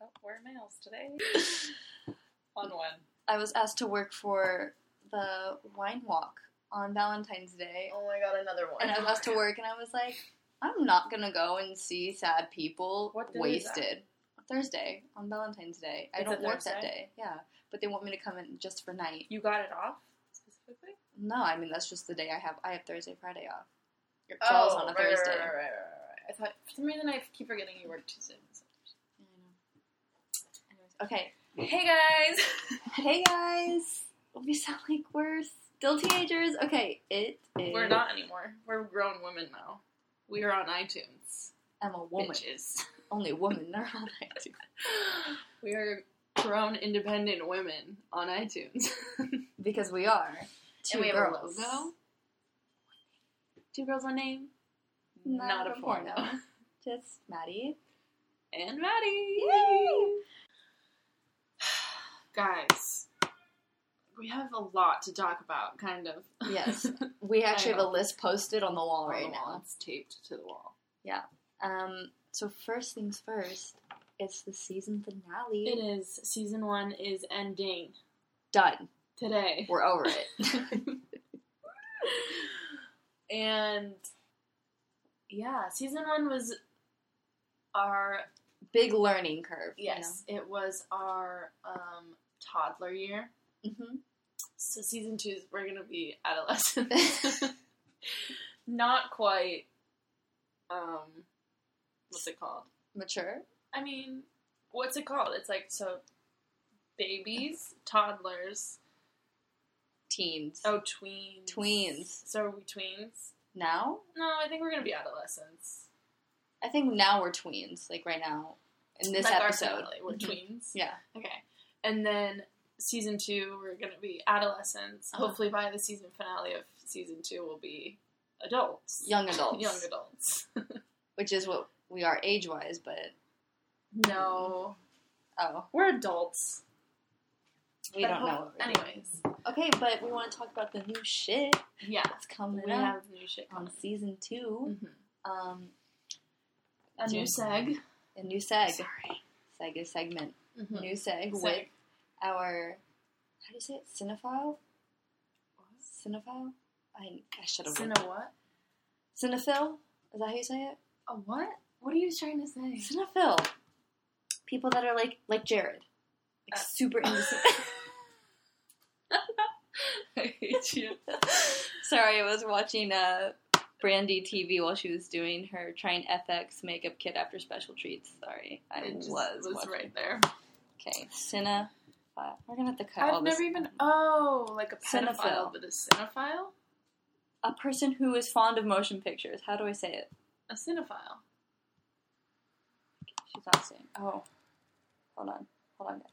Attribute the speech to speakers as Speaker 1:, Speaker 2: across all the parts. Speaker 1: Oh,
Speaker 2: wear males today. Fun one.
Speaker 3: I was asked to work for the wine walk on Valentine's Day,
Speaker 1: Oh my god, another one.
Speaker 3: and I was asked to work, and I was like, I'm not gonna go and see sad people
Speaker 1: What day is that?
Speaker 3: wasted. Thursday on Valentine's Day. I
Speaker 2: It's a
Speaker 3: don't work that
Speaker 2: Thursday?
Speaker 3: day. Yeah, but they want me to come in just for night.
Speaker 2: You got it off specifically?
Speaker 3: No, I mean that's just the day I have. I have Thursday, Friday off. It
Speaker 1: Oh,
Speaker 3: falls on a
Speaker 1: right, right,
Speaker 3: Thursday.
Speaker 1: Right, right, right, right. I thought for some reason I keep forgetting you work Tuesday.
Speaker 3: I know. Okay.
Speaker 1: Hey guys.
Speaker 3: Hey guys. We sound like we're still teenagers. Okay, it is.
Speaker 1: We're not anymore. We're grown women now. We are on iTunes.
Speaker 3: I'm a woman.
Speaker 1: Bitches.
Speaker 3: Only a woman. They're on iTunes.
Speaker 1: We are grown independent women on iTunes.
Speaker 3: Because we are. Two
Speaker 1: and we
Speaker 3: girls.
Speaker 1: have a logo. Two girls one name.
Speaker 3: Not
Speaker 1: Not,
Speaker 3: a
Speaker 1: a porno.
Speaker 3: porno. Just Maddie.
Speaker 1: And Maddie. Guys, we have a lot to talk about, kind of.
Speaker 3: Yes. We actually have a list posted on the wall
Speaker 1: On
Speaker 3: right
Speaker 1: the
Speaker 3: now.
Speaker 1: wall. It's taped to the wall.
Speaker 3: Um, so first things first, it's the season finale.
Speaker 1: It is. Season one is ending
Speaker 3: Done.
Speaker 1: today.
Speaker 3: We're over it.
Speaker 1: And yeah, season one was our
Speaker 3: Big learning curve.
Speaker 1: yes, it was our um, toddler year.
Speaker 3: You know? hmm
Speaker 1: So season two, is we're gonna be adolescents. Not quite. Um, what's it called?
Speaker 3: Mature.
Speaker 1: I mean, what's it called? It's like so. Babies, toddlers,
Speaker 3: Teens.
Speaker 1: oh tweens,
Speaker 3: Tweens.
Speaker 1: So are we tweens?
Speaker 3: Now?
Speaker 1: No, I think we're gonna be adolescents.
Speaker 3: I think now we're tweens, like right now. In this
Speaker 1: Like our
Speaker 3: episode.
Speaker 1: family, we're
Speaker 3: Mhm.
Speaker 1: tweens.
Speaker 3: Yeah.
Speaker 1: Okay. And then season two, we're going to be adolescents.
Speaker 3: Uh-huh.
Speaker 1: Hopefully, by the season finale of season two, we'll be adults.
Speaker 3: Young adults.
Speaker 1: Young adults.
Speaker 3: Which is what we are age wise, but
Speaker 1: No.
Speaker 3: oh,
Speaker 1: We're adults.
Speaker 3: we
Speaker 1: But
Speaker 3: don't
Speaker 1: ho-
Speaker 3: know. What we're doing.
Speaker 1: Anyways.
Speaker 3: Okay, but we want to talk about the new shit
Speaker 1: Yeah.
Speaker 3: that's coming
Speaker 1: We
Speaker 3: up
Speaker 1: have new shit
Speaker 3: on
Speaker 1: coming.
Speaker 3: season two.
Speaker 1: Mhm.
Speaker 3: Um,
Speaker 1: A new seg.
Speaker 3: a new seg.
Speaker 1: Sorry.
Speaker 3: Seg is segment.
Speaker 1: Mhm.
Speaker 3: New Hmm. seg with
Speaker 1: Seg.
Speaker 3: our how do you say it? Cinephile. Cinephile. I I should have.
Speaker 1: Cine what?
Speaker 3: Cinephile. Is that how you say it?
Speaker 1: A what? What are you trying to say?
Speaker 3: Cinephile. People that are like like Jared, like
Speaker 1: Uh.
Speaker 3: super into. cin-
Speaker 1: I hate you.
Speaker 3: Sorry, I was watching uh, Brandy TV while she was doing her trying FX makeup kit after special treats. Sorry, I
Speaker 1: It just
Speaker 3: was.
Speaker 1: was
Speaker 3: watching.
Speaker 1: right there.
Speaker 3: Okay, Cine. Uh, we're gonna have to cut all
Speaker 1: I've
Speaker 3: this.
Speaker 1: never even. Oh, like a
Speaker 3: Cinephile.
Speaker 1: pedophile, but a cinephile?
Speaker 3: A person who is fond of motion pictures. How do I say it?
Speaker 1: A cinephile.
Speaker 3: She's not saying. Oh, hold on, hold on, guys.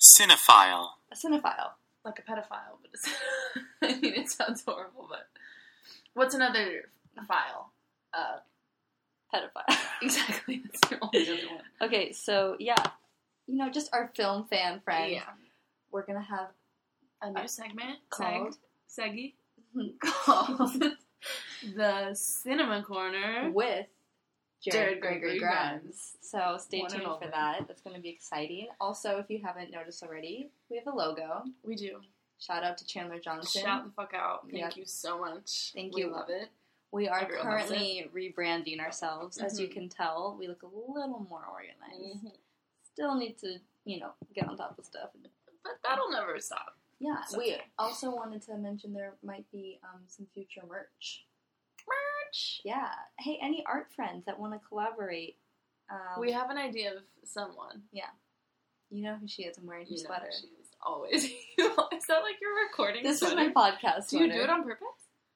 Speaker 4: Cinephile.
Speaker 3: A cinephile.
Speaker 1: like a pedophile, but it's, I mean, it sounds horrible. But what's another file? Uh,
Speaker 3: Pedophile.
Speaker 1: exactly, that's the only other one.
Speaker 3: okay, so yeah, you know, just our film fan friends.
Speaker 1: Yeah,
Speaker 3: We're gonna have
Speaker 1: a new segment
Speaker 3: Uh, called
Speaker 1: seg, seggy called the Cinema Corner.
Speaker 3: with
Speaker 1: Jared
Speaker 3: Jared, Gregory
Speaker 1: Gregory
Speaker 3: Grimes. So stay
Speaker 1: One and
Speaker 3: tuned for
Speaker 1: only.
Speaker 3: that. That's going to be exciting. Also, if you haven't noticed already, we have a logo.
Speaker 1: We do
Speaker 3: Shout out to Chandler Johnson.
Speaker 1: shout the fuck out! Thank
Speaker 3: Yeah.
Speaker 1: you so much.
Speaker 3: Thank
Speaker 1: we
Speaker 3: you.
Speaker 1: Love it.
Speaker 3: We are
Speaker 1: Everyone loves
Speaker 3: currently rebranding ourselves. As you
Speaker 1: Mhm.
Speaker 3: can tell, we look a little more organized. Still need to, you know, get on top of stuff.
Speaker 1: But that'll never stop.
Speaker 3: Yeah,
Speaker 1: It's
Speaker 3: we
Speaker 1: okay.
Speaker 3: also wanted to mention there might be um, some future merch.
Speaker 1: Merch.
Speaker 3: Yeah. Hey, any art friends that want to collaborate? Um,
Speaker 1: We have an idea of someone.
Speaker 3: you know who she is. I'm wearing her
Speaker 1: You know,
Speaker 3: sweater.
Speaker 1: she's always. you always sound like you're recording.
Speaker 3: This is
Speaker 1: sweater.
Speaker 3: my podcast.
Speaker 1: Do you do
Speaker 3: sweater.
Speaker 1: it on purpose?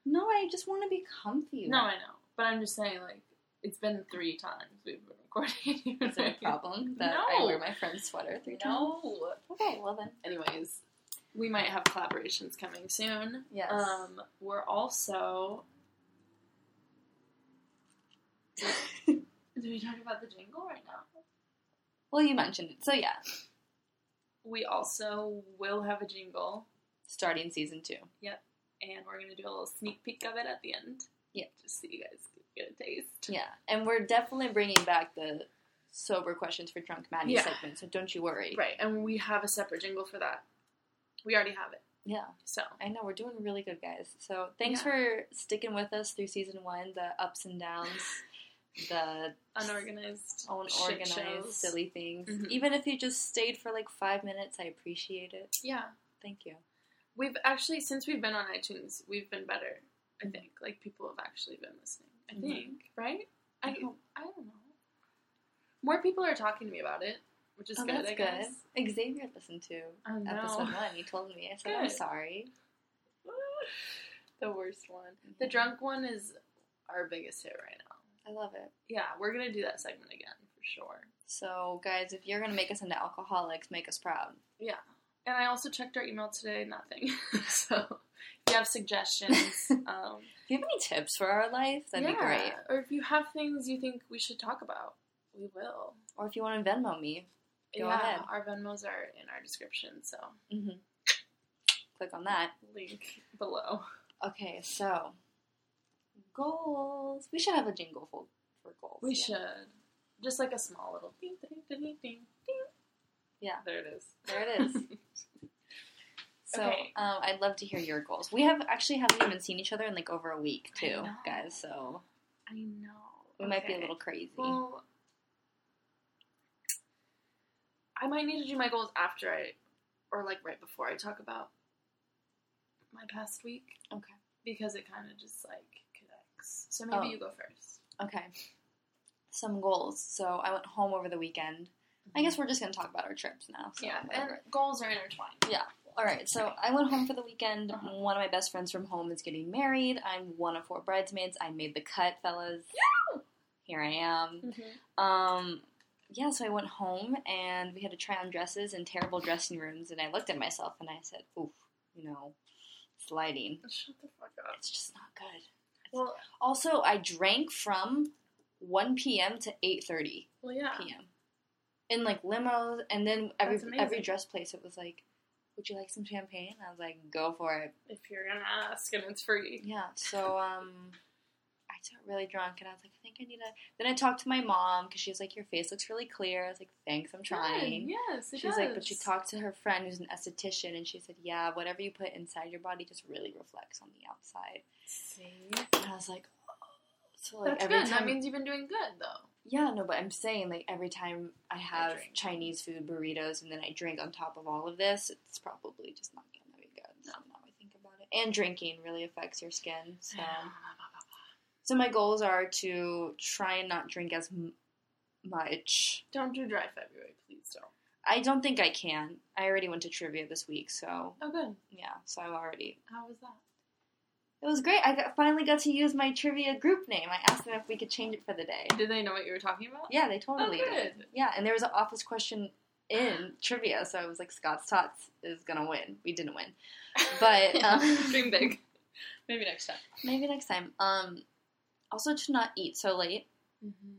Speaker 3: No, I just want to be comfy.
Speaker 1: No, I know, but I'm just saying, like, it's been three times we've been recording.
Speaker 3: is there a problem that I
Speaker 1: No.
Speaker 3: wear my friend's sweater three times?
Speaker 1: No.
Speaker 3: Okay, well then,
Speaker 1: Anyways, we might have collaborations coming soon.
Speaker 3: yes.
Speaker 1: Um, we're also. Did we talk about the jingle right now?
Speaker 3: well, you mentioned it, so yeah.
Speaker 1: We also will have a jingle,
Speaker 3: Starting season two.
Speaker 1: and we're gonna do a little sneak peek of it at the end.
Speaker 3: Yeah.
Speaker 1: just so you guys can get a taste.
Speaker 3: Yeah, and we're definitely bringing back the sober questions for drunk Maddie
Speaker 1: Yeah.
Speaker 3: segment. So don't you worry.
Speaker 1: Right, and we have a separate jingle for that. We already have it.
Speaker 3: Yeah.
Speaker 1: So
Speaker 3: I know we're doing really good, guys. So thanks
Speaker 1: Yeah.
Speaker 3: for sticking with us through season one, the ups and downs, the
Speaker 1: unorganized, shit
Speaker 3: unorganized,
Speaker 1: shows.
Speaker 3: silly things.
Speaker 1: Mhm.
Speaker 3: Even if you just stayed for like five minutes, I appreciate it.
Speaker 1: Yeah,
Speaker 3: Thank you.
Speaker 1: we've actually since we've been on iTunes, we've been better. I
Speaker 3: Mm-hmm.
Speaker 1: think like people have actually been listening. I
Speaker 3: Mhm.
Speaker 1: think right. I
Speaker 3: I hope-
Speaker 1: I don't know. More people are talking to me about it, which is
Speaker 3: oh,
Speaker 1: good.
Speaker 3: that's
Speaker 1: I guess.
Speaker 3: good. Xavier listened to
Speaker 1: I know.
Speaker 3: episode one. He told me. I said, I'm
Speaker 1: Good.
Speaker 3: sorry.
Speaker 1: the worst one. The drunk one is our biggest hit right now.
Speaker 3: I love it.
Speaker 1: Yeah, we're gonna do that segment again for sure.
Speaker 3: So, guys, if you're going to make us into alcoholics, make us proud.
Speaker 1: Yeah. And I also checked our email today, nothing. so if you have suggestions, um,
Speaker 3: If you have any tips for our life, that'd be
Speaker 1: yeah.
Speaker 3: great.
Speaker 1: Or if you have things you think we should talk about, we will.
Speaker 3: Or if you want to Venmo me, Go
Speaker 1: yeah,
Speaker 3: ahead.
Speaker 1: our Venmos are in our description, so
Speaker 3: hmm click on that.
Speaker 1: link below.
Speaker 3: Okay, so goals. We should have a jingle for, for goals.
Speaker 1: We
Speaker 3: yeah.
Speaker 1: should. Just like a small little ding ding ding ding ding ding.
Speaker 3: Yeah.
Speaker 1: There it is.
Speaker 3: There it is. So
Speaker 1: Okay.
Speaker 3: um, I'd love to hear your goals. We have actually haven't even seen each other in like over a week
Speaker 1: I
Speaker 3: too,
Speaker 1: know.
Speaker 3: guys. So
Speaker 1: I know.
Speaker 3: we might be a
Speaker 1: Okay.
Speaker 3: little crazy.
Speaker 1: Well, I might need to do my goals after I, or like right before I talk about my past week
Speaker 3: okay.
Speaker 1: because it kind of just like connects. So maybe
Speaker 3: Oh.
Speaker 1: you go first.
Speaker 3: Okay. Some goals. So I went home over the weekend. I guess we're just gonna talk about our trips now. So
Speaker 1: yeah, and
Speaker 3: whatever.
Speaker 1: goals are intertwined.
Speaker 3: All right, so I went home for the weekend.
Speaker 1: Uh-huh.
Speaker 3: One of my best friends from home is getting married. I'm one of four bridesmaids. I made the cut, fellas. Here I am. Um, yeah, so I went home and we had to try on dresses in terrible dressing rooms. And I looked at myself and I said, "Oof, you know, it's lighting.
Speaker 1: Shut the fuck up.
Speaker 3: It's just not good."
Speaker 1: Well,
Speaker 3: Also, I drank from 1 p.m. to 8:30
Speaker 1: well, yeah.
Speaker 3: p.m. in like limos, and then every
Speaker 1: That's amazing.
Speaker 3: every dress place it was like, "Would you like some champagne?" I was like, "Go for it."
Speaker 1: If you're gonna ask and it's free.
Speaker 3: Yeah. So um, I got really drunk, and I was like, "I think I need to." Then I talked to my mom because she was like, "Your face looks really clear." I was like, "Thanks, I'm trying."
Speaker 1: Yes, it
Speaker 3: She was like, but she
Speaker 1: does.
Speaker 3: talked to her friend who's an esthetician, and she said, "Yeah, whatever you put inside your body just really reflects on the outside."
Speaker 1: See,
Speaker 3: And I was like, oh. "So like
Speaker 1: that's
Speaker 3: every
Speaker 1: good.
Speaker 3: time,
Speaker 1: That means you've been doing good though.
Speaker 3: yeah, no, but I'm saying like every time I have
Speaker 1: drink.
Speaker 3: Chinese food burritos and then I drink on top of all of this, it's probably just not gonna be good." So now I think about it, and drinking really affects your skin, so.
Speaker 1: Um,
Speaker 3: So my goals are to try and not drink as m- much.
Speaker 1: Don't do dry February, please don't.
Speaker 3: I don't think I can. I already went to trivia this week, so
Speaker 1: Oh, good.
Speaker 3: yeah. So I'm already.
Speaker 1: How was that?
Speaker 3: It was great. I got, finally got to use my trivia group name. I asked them if we could change it for the day.
Speaker 1: Did they know what you were talking about?
Speaker 3: Yeah, they totally
Speaker 1: Oh,
Speaker 3: did.
Speaker 1: good.
Speaker 3: Yeah, and there was an office question in trivia, so I was like, Scott's Tots is gonna win. We didn't win, but um,
Speaker 1: Dream big. Maybe next time.
Speaker 3: maybe next time. Um, also to not eat so late.
Speaker 1: Mm-hmm.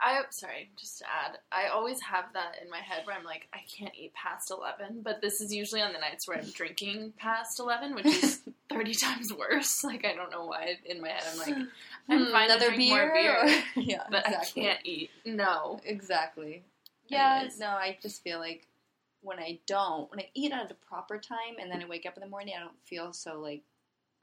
Speaker 1: I sorry, just to add, I always have that in my head where I'm like, I can't eat past eleven, but this is usually on the nights where I'm drinking past eleven, which is thirty times worse. Like I don't know why in my head I'm like, I'm
Speaker 3: Hmm,
Speaker 1: fine to drink more beer,
Speaker 3: or- yeah,
Speaker 1: but
Speaker 3: exactly.
Speaker 1: I can't eat. No.
Speaker 3: Exactly. Yeah,
Speaker 1: Anyways.
Speaker 3: no, I just feel like when I don't, when I eat at the proper time and then I wake up in the morning, I don't feel so like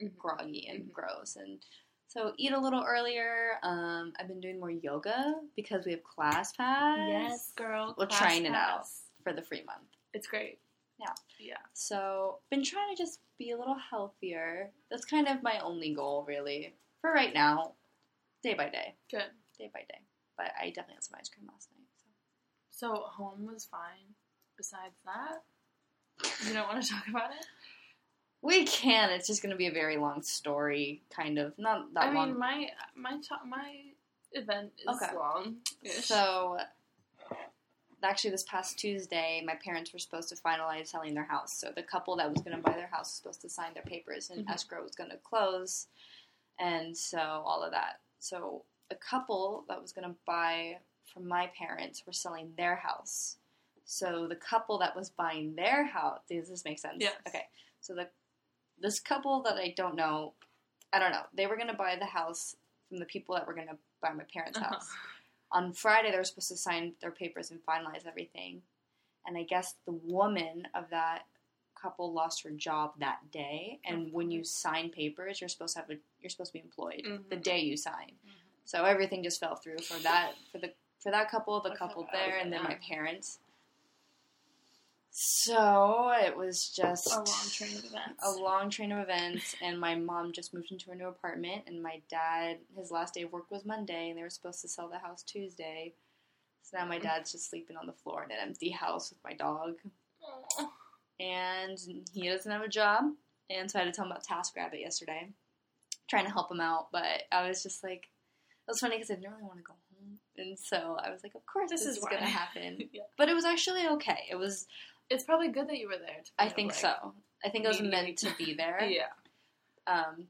Speaker 1: Mhm.
Speaker 3: groggy and
Speaker 1: Mhm.
Speaker 3: gross. And so eat a little earlier. Um, I've been doing more yoga because we have class pass
Speaker 1: girl.
Speaker 3: We're
Speaker 1: class
Speaker 3: trying it
Speaker 1: pass.
Speaker 3: for the free month.
Speaker 1: It's great.
Speaker 3: Yeah.
Speaker 1: Yeah.
Speaker 3: So been trying to just be a little healthier. That's kind of my only goal really for right now, day by day,
Speaker 1: Good.
Speaker 3: day by day. But I definitely had some ice cream last night. So.
Speaker 1: So home was fine. Besides that, you don't want to talk about it.
Speaker 3: We can. It's just going to be a very long story, kind of. Not that
Speaker 1: I
Speaker 3: long.
Speaker 1: mean, my my to- my event is
Speaker 3: Okay.
Speaker 1: long.
Speaker 3: So, actually, this past Tuesday, my parents were supposed to finalize selling their house. So, the couple that was going to buy their house was supposed to sign their papers, and
Speaker 1: Mhm.
Speaker 3: escrow was going to close, and so all of that. So, the couple that was going to buy from my parents were selling their house. So, the couple that was buying their house, does this make sense?
Speaker 1: Yes.
Speaker 3: Okay. So, the this couple that I don't know,
Speaker 1: Uh-huh.
Speaker 3: I don't know, they were going to buy the house from the people that were going to buy my parents' house on Friday they were supposed to sign their papers and finalize everything. And I guess the woman of that couple lost her job that day. And when you sign papers, you're supposed to have a, you're supposed to be employed
Speaker 1: Mhm.
Speaker 3: the day you sign.
Speaker 2: Mhm.
Speaker 3: So everything just fell through for that for the for that couple, the
Speaker 2: That's
Speaker 3: couple
Speaker 2: not bad,
Speaker 3: there, and then
Speaker 1: yeah.
Speaker 3: my parents. So it was just
Speaker 1: A long train of events.
Speaker 3: a long train of events and my mom just moved into a new apartment and my dad his last day of work was monday and they were supposed to sell the house tuesday so
Speaker 1: Mm.
Speaker 3: now my dad's just sleeping on the floor in an empty house with my dog
Speaker 1: Aw.
Speaker 3: and he doesn't have a job and so i had to tell him about task rabbit yesterday trying to help him out but i was just like it was funny because i didn't really want to go home and so i was like of course
Speaker 1: This
Speaker 3: this,
Speaker 1: is
Speaker 3: is, going to
Speaker 1: why.
Speaker 3: happen
Speaker 2: Yeah.
Speaker 3: but it was actually okay it was
Speaker 1: It's probably good that you were there. To
Speaker 3: i
Speaker 1: kind of,
Speaker 3: think
Speaker 1: like-
Speaker 3: so i think it was
Speaker 1: maybe-
Speaker 3: meant to be there
Speaker 1: Yeah.
Speaker 3: Um,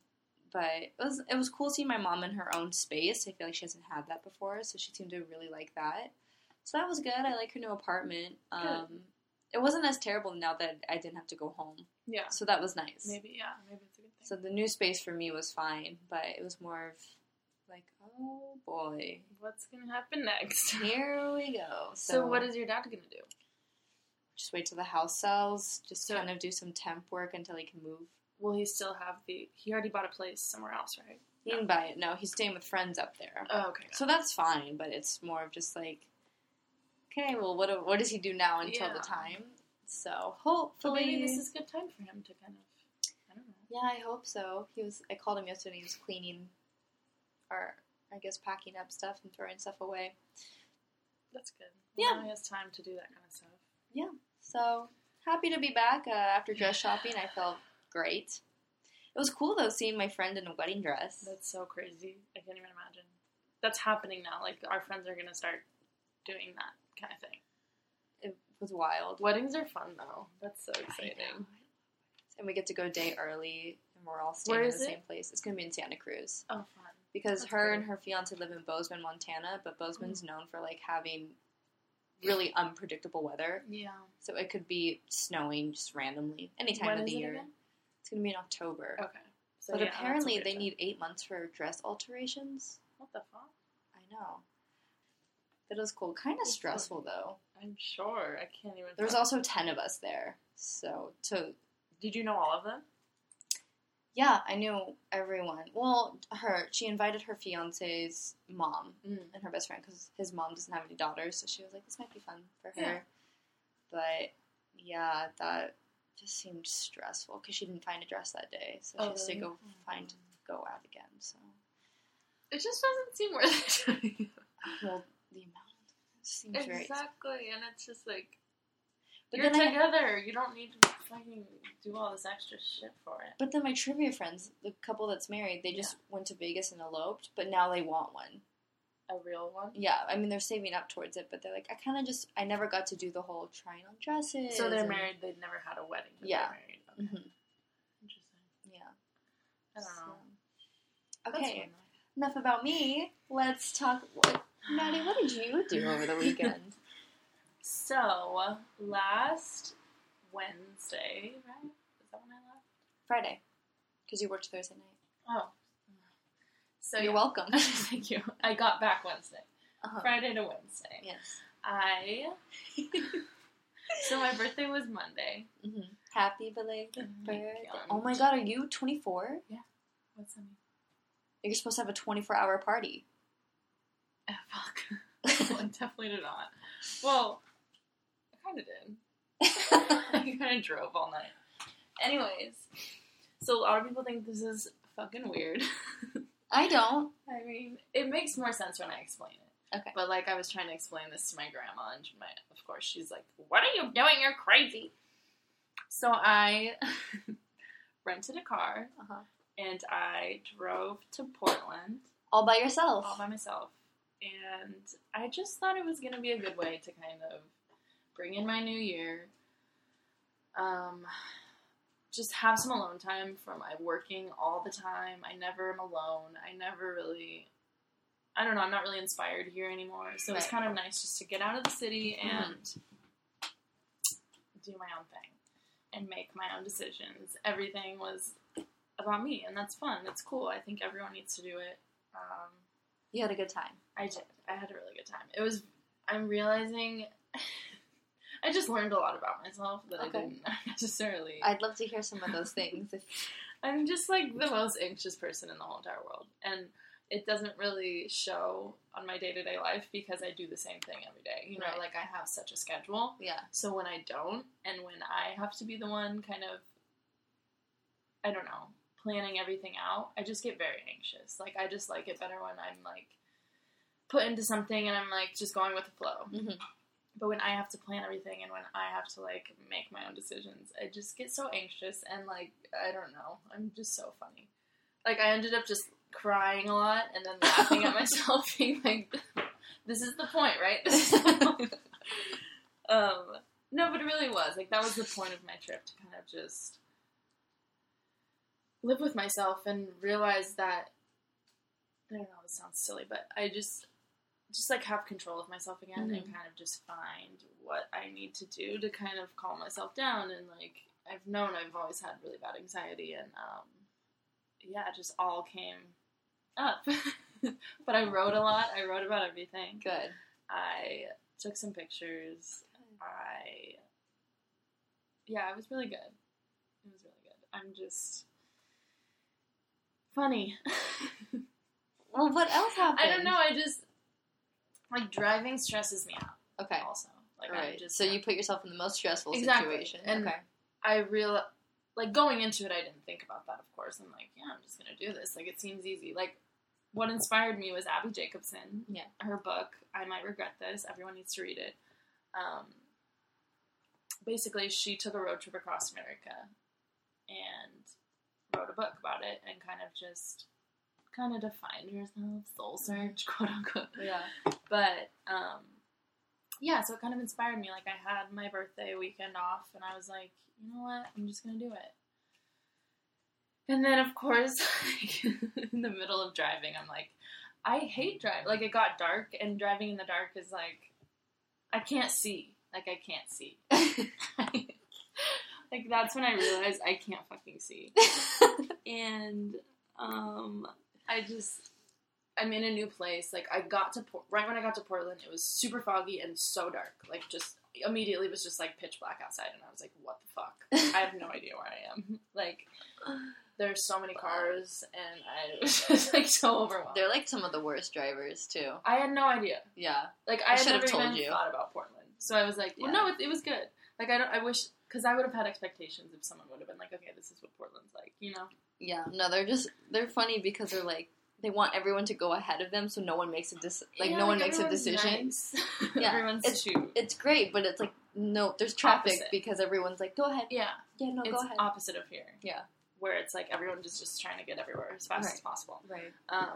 Speaker 3: but it was it was cool seeing my mom in her own space. I feel like she hasn't had that before, so she seemed to really like that. So that was good. I like her new apartment. Um, it wasn't as terrible now that I didn't have to go home,
Speaker 1: Yeah.
Speaker 3: so that was nice.
Speaker 1: Maybe. Yeah. Maybe it's a good thing.
Speaker 3: So the new space for me was fine, but it was more of like, oh boy,
Speaker 1: What's gonna happen next?
Speaker 3: here we go. So,
Speaker 1: So, what is your dad gonna do?
Speaker 3: Just wait till the house sells. Just
Speaker 1: So-
Speaker 3: kind of do some temp work until he can move.
Speaker 1: Will he still have the? He already bought a place somewhere else, right?
Speaker 3: He didn't buy it. No, he's staying with friends up there.
Speaker 1: Oh, okay.
Speaker 3: So that's fine, but it's more of just like, okay, well, what do- what does he do now until
Speaker 1: Yeah.
Speaker 3: the time? So
Speaker 1: So
Speaker 3: hopefully,
Speaker 1: maybe this is good time for him to kind of. I don't know.
Speaker 3: yeah, I hope so. He was. I called him yesterday. He was cleaning, or I guess packing up stuff and throwing stuff away.
Speaker 1: That's good.
Speaker 3: Yeah.
Speaker 1: Now he has time to do that kind of stuff.
Speaker 3: So happy to be back uh, after dress shopping. I felt great. It was cool though seeing my friend in a wedding dress.
Speaker 1: That's so crazy. I can't even imagine. That's happening now. Like our friends are gonna start doing that kind of thing.
Speaker 3: It was wild.
Speaker 1: Weddings are fun though. That's so exciting.
Speaker 3: I know. And we get to go day early, and we're all
Speaker 1: Where
Speaker 3: staying in the
Speaker 1: is it?
Speaker 3: same place. It's gonna be in Santa Cruz.
Speaker 1: Oh, fun.
Speaker 3: because
Speaker 1: That's Mm-hmm.
Speaker 3: her
Speaker 1: cool.
Speaker 3: and her fiance live in Bozeman, Montana, but Bozeman's known for like having really unpredictable weather.
Speaker 1: Yeah.
Speaker 3: So it could be snowing just randomly any time
Speaker 1: When
Speaker 3: of
Speaker 1: is
Speaker 3: the
Speaker 1: it
Speaker 3: year.
Speaker 1: again?
Speaker 3: It's gonna be in October.
Speaker 1: Okay. So,
Speaker 3: but
Speaker 1: yeah, that's a
Speaker 3: apparently
Speaker 1: weird
Speaker 3: they
Speaker 1: time.
Speaker 3: need eight months for dress alterations.
Speaker 1: What the fuck?
Speaker 3: I know. That was cool. Kind of
Speaker 1: That's
Speaker 3: stressful though.
Speaker 1: I'm sure. I can't even.
Speaker 3: There was
Speaker 1: fuck-
Speaker 3: also ten of us there, so to
Speaker 1: Did you know all of them?
Speaker 3: yeah, I knew everyone. Well, her she invited her fiance's mom,
Speaker 1: Mm.
Speaker 3: and her best friend because his mom doesn't have any daughters, so she was like, "This might be fun for her."
Speaker 1: Yeah.
Speaker 3: But yeah, that just seemed stressful because she didn't find a dress that day, so she
Speaker 1: Oh,
Speaker 3: has to
Speaker 1: really?
Speaker 3: go find go out again. So
Speaker 1: It just doesn't seem worth it.
Speaker 3: well, the amount it seems very. expensive.
Speaker 1: exactly, and it's just like
Speaker 3: But
Speaker 1: you're
Speaker 3: then I-
Speaker 1: together. You don't need to fucking do all this extra shit for it.
Speaker 3: But then my trivia friends, the couple that's married, they just went to Vegas and eloped, but now they want one.
Speaker 1: A real one.
Speaker 3: Yeah, I mean they're saving up towards it, but they're like, I kind of just, I never got to do the whole trying on dresses.
Speaker 1: So they're
Speaker 3: and-
Speaker 1: married. They've never had a wedding. but
Speaker 3: Yeah.
Speaker 1: They're married. Okay.
Speaker 3: Mhm,
Speaker 1: Interesting.
Speaker 3: yeah.
Speaker 1: I don't know.
Speaker 3: So-
Speaker 1: Oh. That's
Speaker 3: Okay.
Speaker 1: fun, though.
Speaker 3: enough about me. Let's talk. What, Maddie, what did you do over the weekend?
Speaker 1: So last Wednesday, right? Is that when I left?
Speaker 3: Friday, because you worked Thursday night.
Speaker 1: Oh. So
Speaker 3: You're welcome.
Speaker 1: Thank you. I got back Wednesday,
Speaker 3: Uh-huh.
Speaker 1: Friday to Wednesday.
Speaker 3: Yes.
Speaker 1: I. so my birthday was Monday.
Speaker 3: hmm Happy belated
Speaker 1: Oh my
Speaker 3: birthday.
Speaker 1: God.
Speaker 3: Oh my god, are you 24?
Speaker 1: What's that mean?
Speaker 3: You're supposed to have a 24 hour party.
Speaker 1: Oh, fuck. Well, I definitely did not. Well, I kind of did. I kind of drove all night. Anyways, so a lot of people think this is fucking weird.
Speaker 3: I don't.
Speaker 1: I mean, it makes more sense when I explain it.
Speaker 3: Okay.
Speaker 1: But like, I was trying to explain this to my grandma, and my, of course, she's like, "What are you doing? You're crazy." So I rented a car
Speaker 3: Uh-huh.
Speaker 1: and I drove to Portland
Speaker 3: All by yourself.
Speaker 1: all by myself. And I just thought it was going to be a good way to kind of bring in my new year. Um, just have some alone time from I working all the time. I never am alone. I never really, I don't know, I'm not really inspired here anymore. So it was
Speaker 3: Right.
Speaker 1: kind of nice just to get out of the city
Speaker 3: Mhm.
Speaker 1: and do my own thing and make my own decisions. Everything was about me, and that's fun. It's cool. I think everyone needs to do it. Um,
Speaker 3: you had a good time.
Speaker 1: I did. I had a really good time. It was. I'm realizing. I just learned a lot about myself that
Speaker 3: Okay.
Speaker 1: I didn't necessarily. I,
Speaker 3: I'd love to hear some of those things.
Speaker 1: am just like the most anxious person in the whole entire world, and it doesn't really show on my day to day life because I do the same thing every day. You know,
Speaker 3: Right.
Speaker 1: like I have such a schedule.
Speaker 3: yeah.
Speaker 1: So when I don't, and when I have to be the one kind of, I don't know, planning everything out, I just get very anxious. Like, I just like it better when I'm like put into something and I'm like just going with the flow.
Speaker 3: Mhm.
Speaker 1: But when I have to plan everything and when I have to like make my own decisions, I just get so anxious and like, I don't know, I'm just so funny. Like, I ended up just crying a lot and then laughing at myself, being like, this is the point, right? This is the point. Um, no, but it really was like that was the point of my trip to kind of just live with myself and realize that I don't know. It sounds silly, but I just just like have control of myself again and
Speaker 3: Mhm.
Speaker 1: kind of just find what I need to do to kind of calm myself down. And like I've known I've always had really bad anxiety, and um, yeah, it just all came up. but I wrote a lot. I wrote about everything.
Speaker 3: Good.
Speaker 1: I took some pictures. I yeah, it was really good. It was really good. I'm just funny.
Speaker 3: Well, what else happened?
Speaker 1: I don't know. I just like driving stresses me out.
Speaker 3: Okay.
Speaker 1: Also, like
Speaker 3: All
Speaker 1: I'm
Speaker 3: right.
Speaker 1: just
Speaker 3: So you put yourself in the most stressful
Speaker 1: Exactly.
Speaker 3: situation.
Speaker 1: And-
Speaker 3: okay.
Speaker 1: I real like going into it, I didn't think about that. Of course, I'm like, yeah, I'm just gonna do this. Like it seems easy. Like what inspired me was Abby Jacobson.
Speaker 3: Yeah.
Speaker 1: her book. I might regret this. Everyone needs to read it. Um, basically, she took a road trip across America and wrote a book about it, and kind of just kind of defined herself, soul search, quote unquote
Speaker 3: Yeah.
Speaker 1: but um, yeah, so it kind of inspired me. Like I had my birthday weekend off, and I was like, you know what, I'm just gonna do it. And then of course, like, in the middle of driving, I'm like, I hate driving. Like it got dark, and driving in the dark is like, I can't see. Like I can't see. like that's when I realized I can't fucking see. and um, I just I'm in a new place. Like I got to Por- right when I got to Portland, it was super foggy and so dark. Like just immediately it was just like pitch black outside, and I was like, "What the fuck? I have no idea where I am." Like there's so many cars, and I was just like so overwhelmed.
Speaker 3: They're like some of the worst drivers too.
Speaker 1: I had no idea.
Speaker 3: Yeah.
Speaker 1: Like
Speaker 3: I
Speaker 1: I, had
Speaker 3: should have
Speaker 1: never
Speaker 3: told
Speaker 1: even
Speaker 3: you.
Speaker 1: thought about Portland, so I was like, "Well,
Speaker 3: Yeah.
Speaker 1: no, it, it was good." Like I don't. I wish because I would have had expectations if someone would have been like, "Okay, this is what Portland's like," you know.
Speaker 3: Yeah. No, they're just they're funny because they're like they want everyone to go ahead of them so no one makes a dis- like
Speaker 1: Yeah,
Speaker 3: no one makes a
Speaker 1: everyone's
Speaker 3: decision.
Speaker 1: nice.
Speaker 3: Yeah,
Speaker 1: everyone's
Speaker 3: it's-
Speaker 1: too.
Speaker 3: It's great, but it's like no, there's traffic
Speaker 1: Opposite.
Speaker 3: because everyone's like, go ahead.
Speaker 1: Yeah,
Speaker 3: Yeah, no,
Speaker 1: it's
Speaker 3: Oh, go ahead.
Speaker 1: opposite of here.
Speaker 3: Yeah.
Speaker 1: where it's like everyone is just trying to get everywhere as fast as
Speaker 3: Right.
Speaker 1: possible.
Speaker 3: right.
Speaker 1: Um,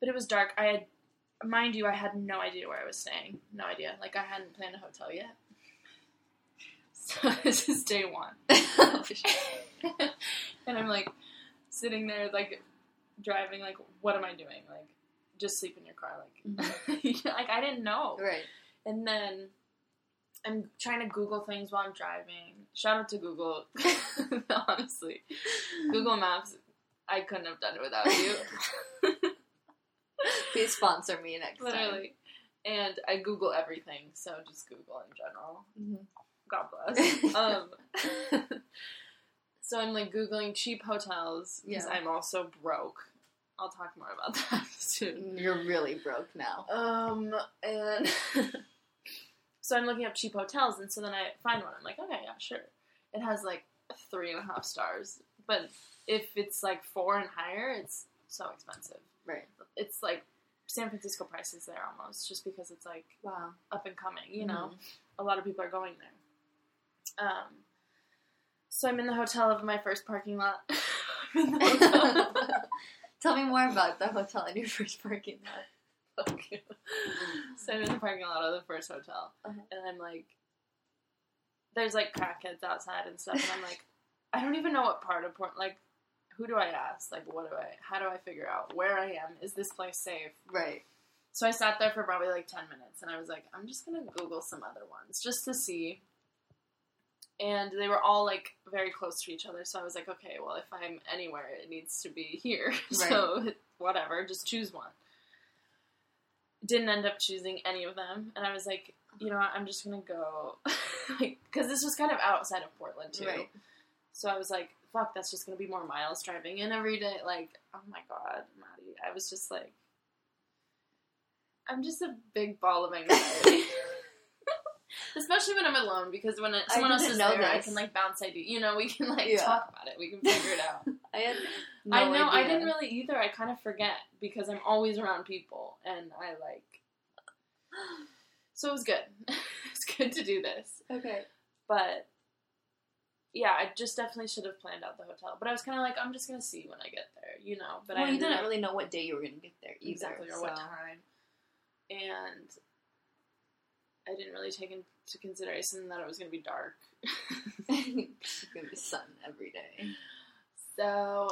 Speaker 1: but it was dark. I had, mind you, I had no idea where I was staying. No idea. Like I hadn't planned a hotel yet. So this is day one, and I'm like sitting there, like driving, like what am I doing? Like just sleep in your car, like like I didn't know.
Speaker 3: right.
Speaker 1: And then I'm trying to Google things while I'm driving. Shout out to Google. Honestly, Google Maps, I couldn't have done it without you.
Speaker 3: Please sponsor me next time.
Speaker 1: Literally. And I Google everything, so just Google in general.
Speaker 3: Mhm.
Speaker 1: God bless.
Speaker 3: Mm-hmm.
Speaker 1: um, so I'm like Googling cheap hotels because
Speaker 3: Yeah.
Speaker 1: I'm also broke. I'll talk more about that soon.
Speaker 3: You're really broke now.
Speaker 1: Um, and so I'm looking up cheap hotels, and so then I find one. I'm like, okay, yeah, sure. It has like three and a half stars, but if it's like four and higher, it's so expensive.
Speaker 3: Right.
Speaker 1: It's like San Francisco prices there almost, just because it's like
Speaker 3: Wow.
Speaker 1: up and coming. You know, a lot of people are going there. Um, so I'm in the hotel of my first parking lot. I'm in the hotel.
Speaker 3: Tell me more about the hotel and your first parking lot.
Speaker 1: Okay. so I'm in the parking lot of the first hotel,
Speaker 3: Uh-huh.
Speaker 1: and I'm like, there's like crackheads outside and stuff, and I'm like, I don't even know what part of Port, like, who do I ask? Like, what do I, how do I figure out where I am? Is this place safe?
Speaker 3: Right.
Speaker 1: So I sat there for probably like 10 minutes, and I was like, I'm just gonna Google some other ones just to see. And they were all like very close to each other, so I was like, okay, well, if I'm anywhere, it needs to be here. so whatever, just choose one. didn't end up choosing any of them, and I was like, you know, what, I'm just gonna go, like, because this was kind of outside of Portland too.
Speaker 3: Right.
Speaker 1: So I was like, fuck, that's just gonna be more miles driving in every day. Like, oh my god, Maddie, I was just like, I'm just a big ball of anxiety. Especially when I'm alone, because when it,
Speaker 3: I
Speaker 1: someone else
Speaker 3: didn't
Speaker 1: is
Speaker 3: know
Speaker 1: there, I
Speaker 3: this.
Speaker 1: can like bounce ideas. You know, we can like
Speaker 3: Yeah.
Speaker 1: talk about it. We can figure it out.
Speaker 3: I had no
Speaker 1: I know. I
Speaker 3: idea.
Speaker 1: didn't really either. I kind of forget because I'm always around people, and I like. So it was good. it's good to do this,
Speaker 3: Okay.
Speaker 1: but yeah, I just definitely should have planned out the hotel. But I was kind of like, I'm just gonna see when I get there, you know. But
Speaker 3: well,
Speaker 1: I
Speaker 3: you
Speaker 1: ended
Speaker 3: didn't
Speaker 1: up-
Speaker 3: really know what day you were going to get there either.
Speaker 1: exactly or what
Speaker 3: so-
Speaker 1: time, and I didn't really take into consideration that it was gonna be dark.
Speaker 3: it's going to be sun every day.
Speaker 1: So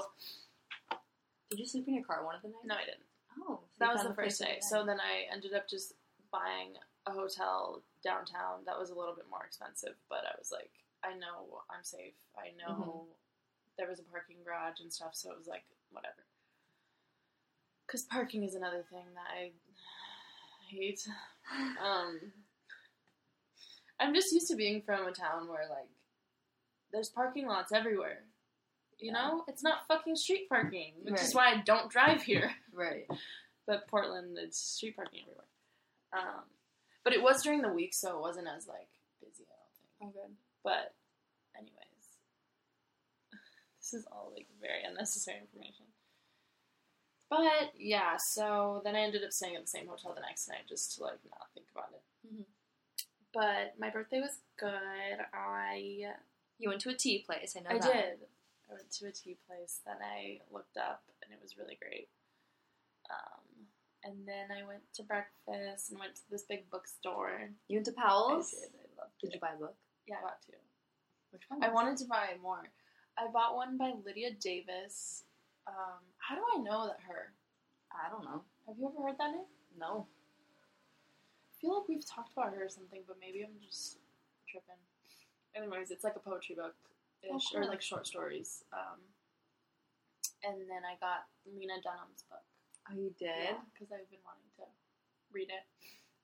Speaker 3: Did you sleep in your car one of the nights?
Speaker 1: no, I didn't.
Speaker 3: Oh, so you
Speaker 1: That was
Speaker 3: found
Speaker 1: the first
Speaker 3: place
Speaker 1: day.
Speaker 3: to
Speaker 1: So then I ended up just buying a hotel downtown that was a little bit more expensive, but I was like, I know I'm safe. I know there was a parking garage and stuff, so it was like, whatever. Because parking is another thing that I hate.
Speaker 3: go.
Speaker 1: Um, I'm just used to being from a town where, like, there's parking lots everywhere. You
Speaker 3: Yeah.
Speaker 1: know? It's not fucking street parking, which is why I don't drive here
Speaker 3: right.
Speaker 1: but Portland, it's street parking everywhere. Um, but it was during the week, so it wasn't as like busy. I don't think.
Speaker 3: Oh, good.
Speaker 1: But, anyways, this is all like very unnecessary information. But yeah, so then I ended up staying at the same hotel the next night just to like not think about it.
Speaker 3: Mhm.
Speaker 1: But my birthday was good. I
Speaker 3: You went to a tea place. I know.
Speaker 1: I
Speaker 3: that.
Speaker 1: did. I went to a tea place that I looked up, and it was really great. Um, and then I went to breakfast and went to this big bookstore.
Speaker 3: You went to
Speaker 1: I
Speaker 3: Powell's.
Speaker 1: did. I loved
Speaker 3: Did
Speaker 1: it.
Speaker 3: you buy a book?
Speaker 1: Yeah, I got two.
Speaker 3: Which one?
Speaker 1: I wanted to buy more. I bought one by Lydia Davis. Um, how do I know that her?
Speaker 3: I don't know.
Speaker 1: Have you ever heard that name?
Speaker 3: No.
Speaker 1: I feel like we've talked about her or something, but maybe I'm just tripping. Oh, Anyways, it's like a poetry book ish, or
Speaker 3: cool.
Speaker 1: like short stories. Um, and then I got Lena Dunham's book.
Speaker 3: Oh, you did.
Speaker 1: Because I've been wanting to read it.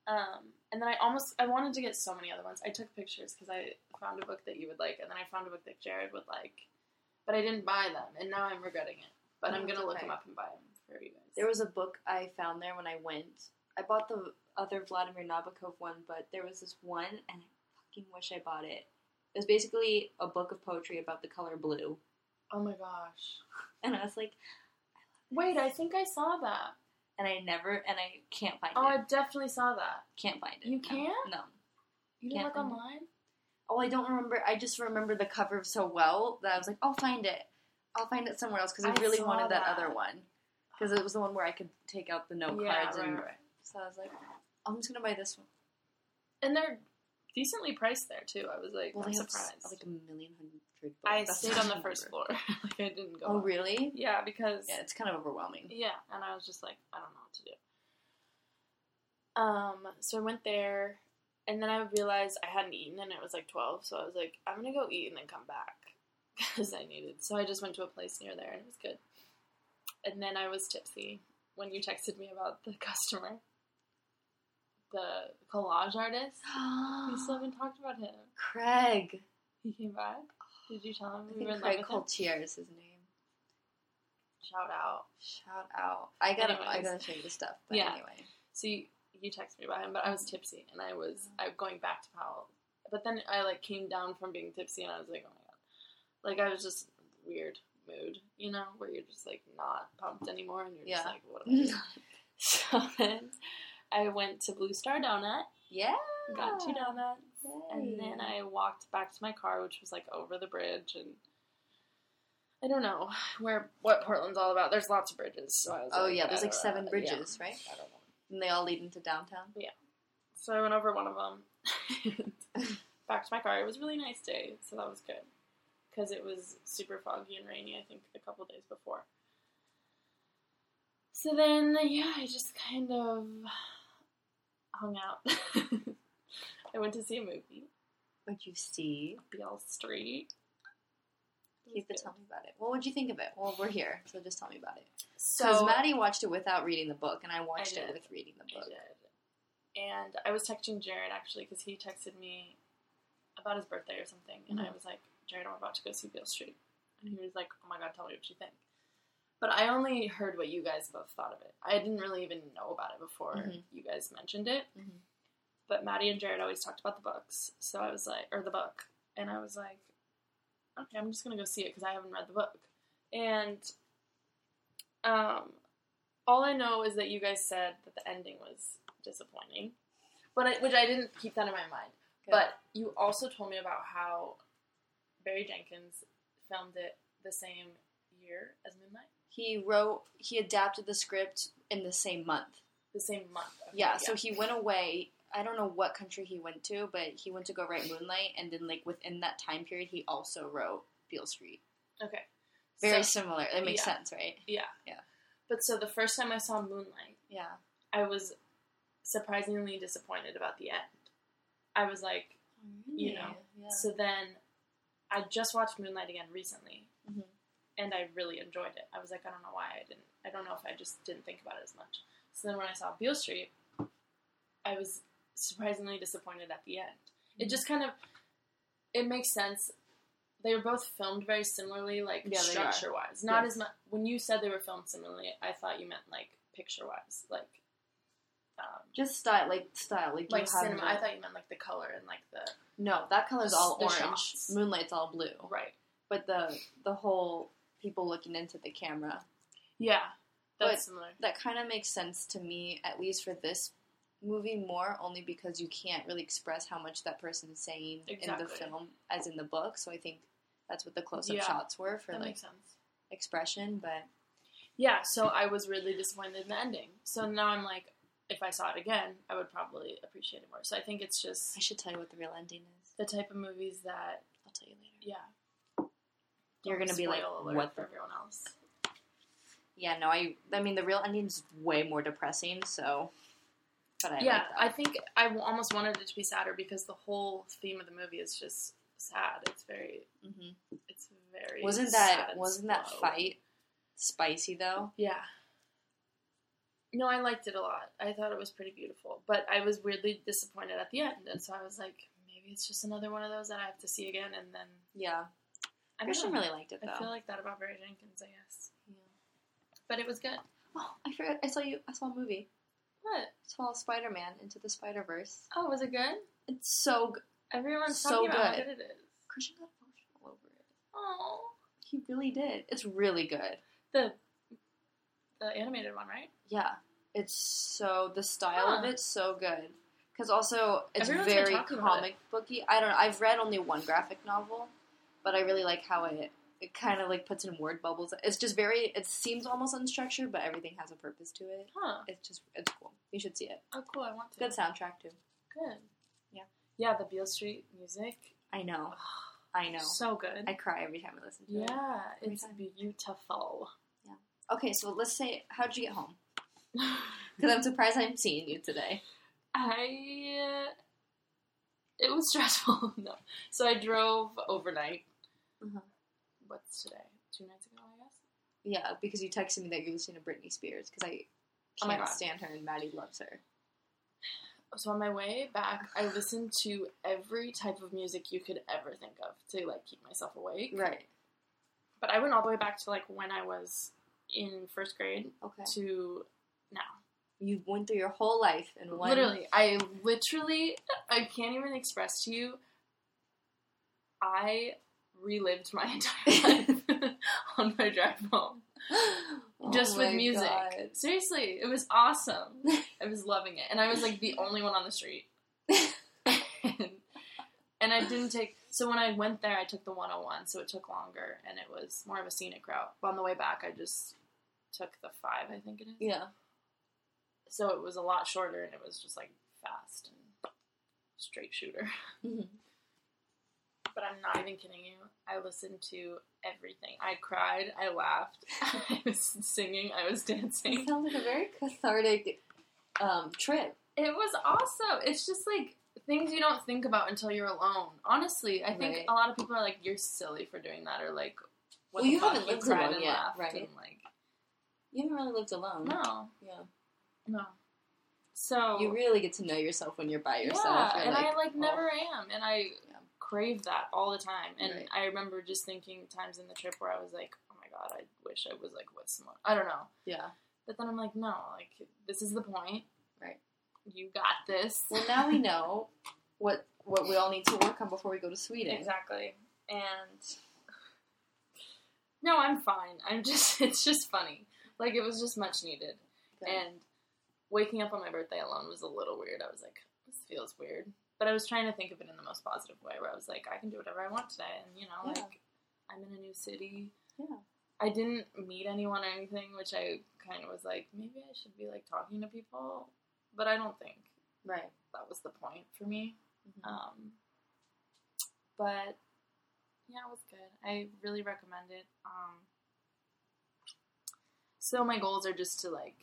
Speaker 1: Um, and then I almost I wanted to get so many other ones. I took pictures because I found a book that you would like, and then I found a book that Jared would like, but I didn't buy them, and now I'm regretting it. But I'm
Speaker 3: No,
Speaker 1: gonna
Speaker 3: Mm, it's
Speaker 1: look
Speaker 3: okay.
Speaker 1: them up and buy them for you guys.
Speaker 3: There was a book I found there when I went. I bought the other Vladimir Nabokov one, but there was this one, and I fucking wish I bought it. It was basically a book of poetry about the color blue,
Speaker 1: oh my gosh!
Speaker 3: and I was like,
Speaker 1: Wait, I think I saw that.
Speaker 3: and I never, and I can't find
Speaker 1: Oh,
Speaker 3: it.
Speaker 1: I definitely saw that.
Speaker 3: Can't find it.
Speaker 1: You
Speaker 3: No.
Speaker 1: can't?
Speaker 3: No.
Speaker 1: You didn't look
Speaker 3: Can't find it.
Speaker 1: online?
Speaker 3: Oh, I don't remember. I just remember the cover so well that I was like, I'll find it. I'll find it somewhere else because I,
Speaker 1: I
Speaker 3: really
Speaker 1: saw
Speaker 3: wanted that,
Speaker 1: that.
Speaker 3: other one because it was the one where I could take out the note cards and so I was like, I'm just gonna buy this one.
Speaker 1: And they're decently priced there too. I was like,
Speaker 3: Well,
Speaker 1: I'm
Speaker 3: they have
Speaker 1: surprised.
Speaker 3: like a million hundred. Books.
Speaker 1: I
Speaker 3: That's
Speaker 1: stayed
Speaker 3: what
Speaker 1: on the
Speaker 3: remember.
Speaker 1: first floor. like I didn't go.
Speaker 3: Oh,
Speaker 1: up.
Speaker 3: really?
Speaker 1: Yeah, because
Speaker 3: Yeah, it's kind of overwhelming.
Speaker 1: Yeah, and I was just like, I don't know what to do. Um, so I went there, and then I realized I hadn't eaten, and it was like twelve. So I was like, I'm gonna go eat and then come back because I needed. So I just went to a place near there, and it was good. And then I was tipsy when you texted me about the customer, the collage artist. We still haven't talked about him.
Speaker 3: Craig.
Speaker 1: He came back. Did you tell him
Speaker 3: I
Speaker 1: we were in
Speaker 3: think
Speaker 1: love
Speaker 3: Craig
Speaker 1: with him?
Speaker 3: Coltier is his name.
Speaker 1: Shout out.
Speaker 3: Shout out. I gotta I
Speaker 1: Anyways.
Speaker 3: gotta show you the stuff. But
Speaker 1: Yeah.
Speaker 3: anyway.
Speaker 1: So you, you texted me about him, but I was tipsy and I was I was going back to Powell. But then I like came down from being tipsy and I was like, oh my god, like I was just weird mood, you know, where you're just like not pumped anymore and you're just
Speaker 3: Yeah.
Speaker 1: like, what am I doing? so then I went to Blue Star Donut,
Speaker 3: yeah.
Speaker 1: got two donuts,
Speaker 3: Ah, Yay.
Speaker 1: and then I walked back to my car, which was like over the bridge and. I don't know where what Portland's all about. There's lots of bridges, so I was
Speaker 3: Oh
Speaker 1: like,
Speaker 3: yeah, there's
Speaker 1: I
Speaker 3: like
Speaker 1: don't
Speaker 3: seven
Speaker 1: know.
Speaker 3: bridges,
Speaker 1: Yeah.
Speaker 3: right?
Speaker 1: I don't know.
Speaker 3: And they all lead into downtown.
Speaker 1: So I went over one of them. Back to my car. It was a really nice day, so that was good. Because it was super foggy and rainy, I think, a couple days before. So then, yeah, I just kind of hung out. I went to see a movie,
Speaker 3: What'd you see?
Speaker 1: Beale Street.
Speaker 3: You have to tell me about it. What would you think of it? Well, we're here, so just tell me about it. Because
Speaker 1: So
Speaker 3: Maddie watched it without reading the book, and I watched it
Speaker 1: did.
Speaker 3: with reading the
Speaker 1: I
Speaker 3: book.
Speaker 1: did. And I was texting Jared actually because he texted me about his birthday or something, and I was like, Jared, I'm about to go see Beale Street, and he was like, Oh my god, tell me what you think. But I only heard what you guys both thought of it. I didn't really even know about it before
Speaker 3: Mhm.
Speaker 1: you guys mentioned it.
Speaker 3: Mhm.
Speaker 1: But Maddie and Jared always talked about the books, so I was like, or the book, and I was like, okay, I'm just gonna go see it because I haven't read the book. And um, all I know is that you guys said that the ending was disappointing, but I, which I didn't keep that in my mind.
Speaker 3: Good.
Speaker 1: But you also told me about how Barry Jenkins filmed it the same year as Moonlight,
Speaker 3: He wrote, he adapted the script in the same month.
Speaker 1: the same month. Okay,
Speaker 3: Yeah, so he went away. I don't know what country he went to, but he went to go write Moonlight, and then like within that time period, he also wrote Beale Street.
Speaker 1: okay,
Speaker 3: Very
Speaker 1: So-
Speaker 3: similar. That makes
Speaker 1: yeah.
Speaker 3: sense, right?
Speaker 1: but so the first time I saw Moonlight,
Speaker 3: Yeah.
Speaker 1: I was surprisingly disappointed about the end. I was like, You know,
Speaker 3: Yeah.
Speaker 1: So then I just watched Moonlight again recently
Speaker 3: Mhm.
Speaker 1: and I really enjoyed it. I was like, I don't know why I didn't, I don't know if I just didn't think about it as much. So then when I saw Beale Street, I was surprisingly disappointed at the end.
Speaker 3: Mm.
Speaker 1: It just kind of, it makes sense. They were both filmed very similarly, like
Speaker 3: Yeah, they are.
Speaker 1: structure wise. Not
Speaker 3: Yes.
Speaker 1: as much, when you said they were filmed similarly, I thought you meant like picture wise, like, um,
Speaker 3: Just style, like style, like,
Speaker 1: like
Speaker 3: you have
Speaker 1: cinema.
Speaker 3: the-
Speaker 1: I thought you meant like the color and like the,
Speaker 3: no, that color's all
Speaker 1: The
Speaker 3: orange.
Speaker 1: shots.
Speaker 3: Moonlight's all blue.
Speaker 1: right.
Speaker 3: But the the whole people looking into the camera
Speaker 1: Yeah, that's
Speaker 3: But-
Speaker 1: similar.
Speaker 3: that kind of makes sense to me, at least for this movie, more only because you can't really express how much that person's saying in the
Speaker 1: Exactly.
Speaker 3: film as in the book. So I think that's what the close up
Speaker 1: Yeah.
Speaker 3: shots were for
Speaker 1: That
Speaker 3: like
Speaker 1: makes sense.
Speaker 3: expression. But
Speaker 1: Yeah, so I was really disappointed in the ending. So now I'm like, if I saw it again, I would probably appreciate it more. So I think it's
Speaker 3: I
Speaker 1: just
Speaker 3: should tell you what the real ending is.
Speaker 1: the type of movies that,
Speaker 3: I'll tell you later.
Speaker 1: yeah.
Speaker 3: You're gonna be like,
Speaker 1: Spoil alert
Speaker 3: what
Speaker 1: for
Speaker 3: the?
Speaker 1: everyone else?
Speaker 3: Yeah, no, I I mean the real ending's way more depressing. So, but I
Speaker 1: yeah,
Speaker 3: like that.
Speaker 1: I think I w- almost wanted it to be sadder because the whole theme of the movie is just sad. It's very,
Speaker 3: hmm
Speaker 1: it's very.
Speaker 3: Wasn't
Speaker 1: sad
Speaker 3: that
Speaker 1: and
Speaker 3: wasn't that
Speaker 1: slow.
Speaker 3: fight spicy though?
Speaker 1: Yeah. No, I liked it a lot. I thought it was pretty beautiful, but I was weirdly disappointed at the end, and so I was like, maybe it's just another one of those that I have to see again, and then
Speaker 3: Yeah,
Speaker 1: I
Speaker 3: Christian
Speaker 1: don't know.
Speaker 3: really liked it though.
Speaker 1: I feel like that about Barry Jenkins, I guess,
Speaker 3: Yeah.
Speaker 1: but it was good.
Speaker 3: Oh, I forgot. I saw you. I saw a movie.
Speaker 1: What?
Speaker 3: It's called Spider Man Into the Spider Verse.
Speaker 1: Oh, was it good?
Speaker 3: It's so good.
Speaker 1: Everyone's
Speaker 3: So
Speaker 1: talking about how
Speaker 3: good.
Speaker 1: good it is.
Speaker 3: Christian got emotional over it.
Speaker 1: Oh,
Speaker 3: He really did. It's really good.
Speaker 1: the the animated one, right?
Speaker 3: Yeah, it's so the style of
Speaker 1: Huh.
Speaker 3: it's so good. Because also it's
Speaker 1: Everyone's been
Speaker 3: very
Speaker 1: talking about
Speaker 3: comic booky. I don't know. I've read only one graphic novel, but I really like how it it kind of like puts in word bubbles. It's just very. It seems almost unstructured, but everything has a purpose to it.
Speaker 1: Huh.
Speaker 3: It's just it's cool. You should see it.
Speaker 1: Oh, cool. I want to.
Speaker 3: Good soundtrack too.
Speaker 1: Good.
Speaker 3: Yeah.
Speaker 1: Yeah, the Beale Street music.
Speaker 3: I know. I know.
Speaker 1: So good.
Speaker 3: I cry every time I listen to it.
Speaker 1: yeah,
Speaker 3: Every
Speaker 1: it's
Speaker 3: time.
Speaker 1: beautiful.
Speaker 3: Okay, so let's say, how did you get home? Because I'm surprised I'm seeing you today.
Speaker 1: I. Uh, it was stressful. no, so I drove overnight.
Speaker 3: Mhm.
Speaker 1: What's today? Two nights ago, I guess.
Speaker 3: Yeah, because you texted me that you're listening to Britney Spears because I
Speaker 1: Oh my
Speaker 3: can't
Speaker 1: God.
Speaker 3: stand her and Maddie loves her.
Speaker 1: So on my way back, I listened to every type of music you could ever think of to like keep myself awake.
Speaker 3: Right.
Speaker 1: But I went all the way back to like when I was in first grade
Speaker 3: Okay.
Speaker 1: to now.
Speaker 3: You went through your whole life in one.
Speaker 1: Literally, I literally, I can't even express to you. I relived my entire life on my drive home,
Speaker 3: Oh
Speaker 1: just with
Speaker 3: my
Speaker 1: music.
Speaker 3: God.
Speaker 1: Seriously, it was awesome. I was loving it, and I was like the only one on the street. and, and I didn't take. So when I went there, I took the 101, so it took longer, and it was more of a scenic route. But on the way back, I just took the five, I think it is.
Speaker 3: Yeah.
Speaker 1: So it was a lot shorter, and it was just like fast and straight shooter.
Speaker 3: Mhm.
Speaker 1: But I'm not even kidding you. I listened to everything. I cried. I laughed. I was singing. I was dancing.
Speaker 3: It sounds like a very cathartic um, trip.
Speaker 1: It was awesome. It's just like things you don't think about until you're alone. Honestly, I think
Speaker 3: Right.
Speaker 1: a lot of people are like, "You're silly for doing that," or like, what
Speaker 3: Well,
Speaker 1: the
Speaker 3: you
Speaker 1: fuck,
Speaker 3: haven't lived
Speaker 1: cried
Speaker 3: alone
Speaker 1: and
Speaker 3: yet,
Speaker 1: laughed
Speaker 3: right?
Speaker 1: and, like,
Speaker 3: You haven't really lived alone.
Speaker 1: no,
Speaker 3: Yeah.
Speaker 1: no. So
Speaker 3: You really get to know yourself when you're by yourself.
Speaker 1: Yeah,
Speaker 3: You're
Speaker 1: and
Speaker 3: like,
Speaker 1: I like
Speaker 3: oh.
Speaker 1: never am, and I
Speaker 3: Yeah.
Speaker 1: crave that all the time. And
Speaker 3: Right.
Speaker 1: I remember just thinking times in the trip where I was like, "Oh my god, I wish I was like with someone." I don't know,
Speaker 3: Yeah.
Speaker 1: but then I'm like, "No, like this is the point.
Speaker 3: Right.
Speaker 1: You got this."
Speaker 3: Well, now we know what what we all need to work on before we go to Sweden.
Speaker 1: Exactly. And no, I'm fine. I'm just it's just funny. Like it was just much needed.
Speaker 3: Good.
Speaker 1: And waking up on my birthday alone was a little weird. I was like, this feels weird. But I was trying to think of it in the most positive way where I was like, I can do whatever I want today and you know,
Speaker 3: Yeah.
Speaker 1: like I'm in a new city.
Speaker 3: Yeah.
Speaker 1: I didn't meet anyone or anything, which I kind of was like, maybe I should be like talking to people, but I don't think
Speaker 3: right.
Speaker 1: that was the point for me.
Speaker 3: Mhm.
Speaker 1: Um, but yeah, it was good. I really recommend it. Um, so my goals are just to like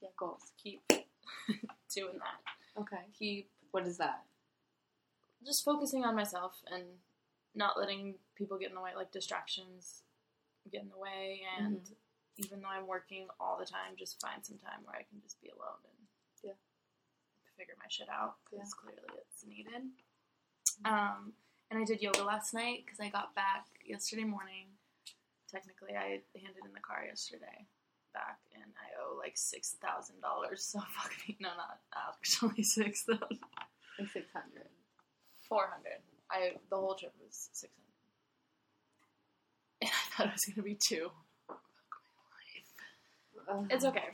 Speaker 3: Yeah, goals.
Speaker 1: keep doing that,
Speaker 3: Okay.
Speaker 1: keep
Speaker 3: What is that?
Speaker 1: just focusing on myself and not letting people get in the way, like distractions get in the way. And
Speaker 3: Mm-hmm.
Speaker 1: even though I'm working all the time, just find some time where I can just be alone and
Speaker 3: Yeah.
Speaker 1: figure my shit out
Speaker 3: Yeah.
Speaker 1: because clearly it's needed. Um, and I did yoga last night because I got back yesterday morning. Technically, I handed in the car yesterday back, and I owe like six thousand dollars. So fuck me, no, not actually six thousand.
Speaker 3: Like six hundred.
Speaker 1: Four hundred. I the whole trip was six hundred. And I thought it was gonna be two. It's okay.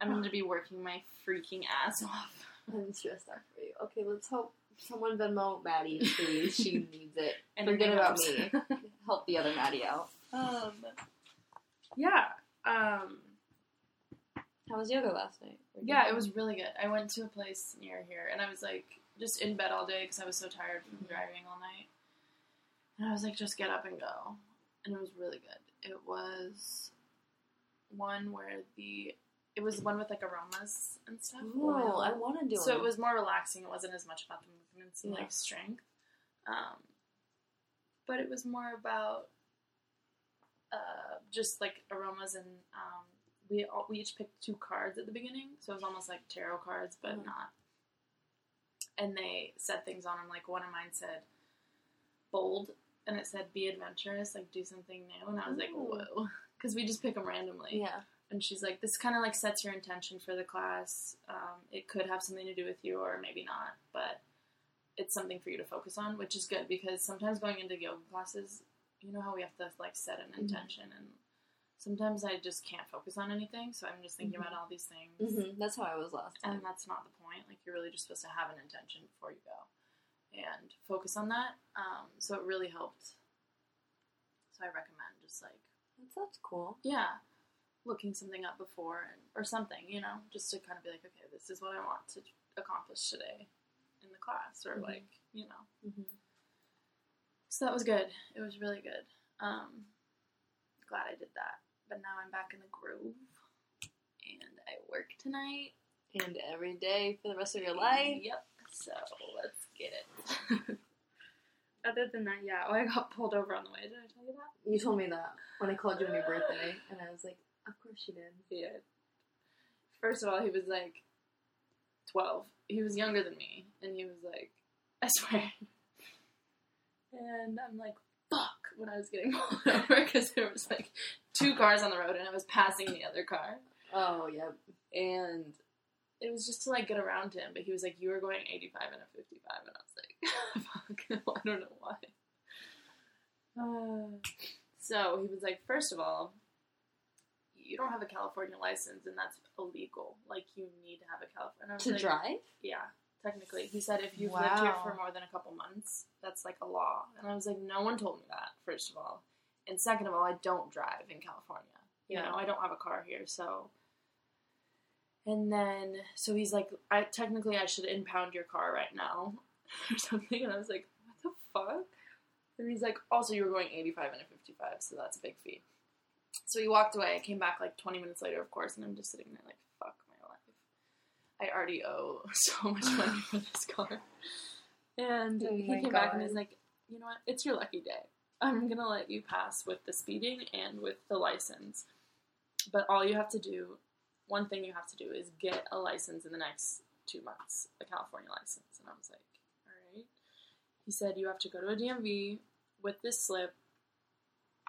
Speaker 1: I'm gonna be working my freaking ass off.
Speaker 3: I'm stressed out for you. Okay, let's hope someone Venmo Maddie, please. she needs it.
Speaker 1: And
Speaker 3: Forget about
Speaker 1: else.
Speaker 3: me. Help the other Maddie out.
Speaker 1: Um. Yeah. Um.
Speaker 3: How was yoga last night?
Speaker 1: Yeah, it was really good. I went to a place near here, and I was like just in bed all day because I was so tired from
Speaker 3: Mm-hmm.
Speaker 1: driving all night. And I was like, just get up and go, and it was really good. It was one where the it was one with like aromas and stuff.
Speaker 3: Ooh,
Speaker 1: oil.
Speaker 3: I want to do
Speaker 1: so it
Speaker 3: one.
Speaker 1: was more relaxing. It wasn't as much about the movements and
Speaker 3: Yeah.
Speaker 1: like strength, um, but it was more about uh, just like aromas and um, we all, we each picked two cards at the beginning, so it was almost like tarot cards, but
Speaker 3: Mhm.
Speaker 1: not. And they said things on them. Like one of mine said, "Bold," and it said, "Be adventurous, like do something new." And I was like,
Speaker 3: Ooh.
Speaker 1: "Whoa," because we just pick them randomly
Speaker 3: Yeah.
Speaker 1: and she's like, "This kind of like sets your intention for the class. Um, it could have something to do with you, or maybe not, but it's something for you to focus on, which is good because sometimes going into yoga classes, you know how we have to like set an intention, and sometimes I just can't focus on anything, so I'm just thinking
Speaker 3: Mhm.
Speaker 1: about all these things,
Speaker 3: hmm That's how I was last time.
Speaker 1: and that's not the point. Like you're really just supposed to have an intention before you go, and focus on that. Um, so it really helped. So I recommend just like
Speaker 3: That sounds cool.
Speaker 1: yeah looking something up before and or something you know just to kind of be like okay this is what i want to accomplish today in the class or
Speaker 3: Mhm.
Speaker 1: like you know
Speaker 3: Mm-hmm.
Speaker 1: so that was good it was really good um glad i did that but now i'm back in the groove and i work tonight
Speaker 3: And every day for the rest of your life.
Speaker 1: Yep. So let's get it. Other than that, yeah. Oh, I got pulled over on the way. Did I tell you that?
Speaker 3: You told me that when I called you on your birthday, and I was like, "Of course she did."
Speaker 1: Yeah. First of all, he was like 12. He was younger than me, and he was like, I swear. And I'm like, fuck, when I was getting pulled over because there was like two cars on the road, and I was passing the other car,
Speaker 3: Oh yeah.
Speaker 1: and it was just to like get around him. But he was like, you were going 85 and a 55, and I was like, fuck, I don't know why. Uh, so he was like, first of all, you don't have a California license, and that's illegal. Like, you need to have a California.
Speaker 3: To drive?
Speaker 1: Yeah, technically. He said if you've lived here
Speaker 3: Wow.
Speaker 1: for more than a couple months, that's like a law. And I was like, no one told me that, first of all. And second of all, I don't drive in California. You
Speaker 3: Yeah.
Speaker 1: know, I don't have a car here, so. And then, so he's like, I technically I should impound your car right now or something. And I was like, what the fuck? And he's like, also, you were going 85 and a 55, so that's a big fee. So he walked away. I came back like 20 minutes later, of course, and I'm just sitting there like, fuck my life. I already owe so much money for this car. And
Speaker 3: Oh
Speaker 1: he
Speaker 3: my
Speaker 1: came back and
Speaker 3: God.
Speaker 1: he's like, you know what? It's your lucky day. I'm gonna let you pass with the speeding and with the license. But all you have to do, one thing you have to do is get a license in the next two months, a California license. And I was like, all right. He said, you have to go to a DMV with this slip,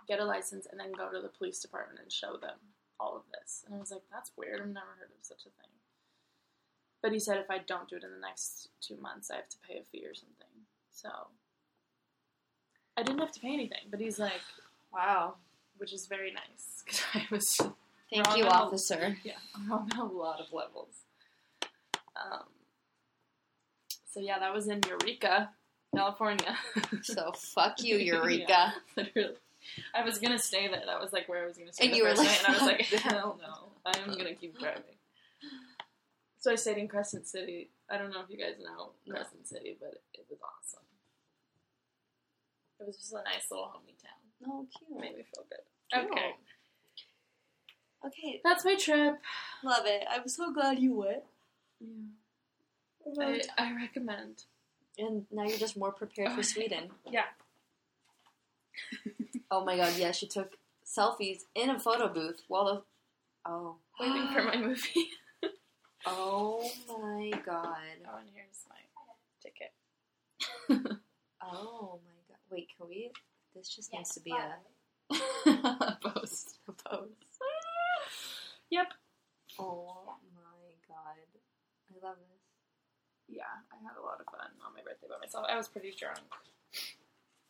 Speaker 1: get a license, and then go to the police department and show them all of this. And I was like, that's weird. I've never heard of such a thing. But he said, if I don't do it in the next two months, I have to pay a fee or something. So I didn't have to pay anything. But he's like,
Speaker 3: Wow.
Speaker 1: which is very nice. 'cause I was
Speaker 3: Thank
Speaker 1: Wrong
Speaker 3: you,
Speaker 1: and all-
Speaker 3: officer.
Speaker 1: yeah, on a lot of levels. Um, so yeah, that was in Eureka, California.
Speaker 3: So fuck you, Eureka.
Speaker 1: Literally, I was gonna stay there. That was like where I was gonna stay.
Speaker 3: And
Speaker 1: the
Speaker 3: you were
Speaker 1: first
Speaker 3: like,
Speaker 1: night, and I was like,
Speaker 3: "Fuck
Speaker 1: hell no, I'm gonna keep driving. So I stayed in Crescent City. I don't know if you guys know
Speaker 3: No.
Speaker 1: Crescent City, but it was awesome. It was just a nice little homey town.
Speaker 3: No, Oh, cute.
Speaker 1: Made me feel good.
Speaker 3: Cute.
Speaker 1: Okay,
Speaker 3: Okay,
Speaker 1: that's my trip.
Speaker 3: love it. I'm so glad you went.
Speaker 1: I, I recommend.
Speaker 3: And now you're just more prepared for Sweden.
Speaker 1: Yeah.
Speaker 3: oh my god, yeah, she took selfies in a photo booth while the. Oh.
Speaker 1: waiting for my movie.
Speaker 3: Oh my god.
Speaker 2: Oh, and here's my ticket.
Speaker 3: Oh my god. Wait, can we? This just needs to be
Speaker 1: Post.
Speaker 3: a pose.
Speaker 1: Yep.
Speaker 3: Oh my god. I love this.
Speaker 1: Yeah, I had a lot of fun on my birthday by myself. I was pretty drunk.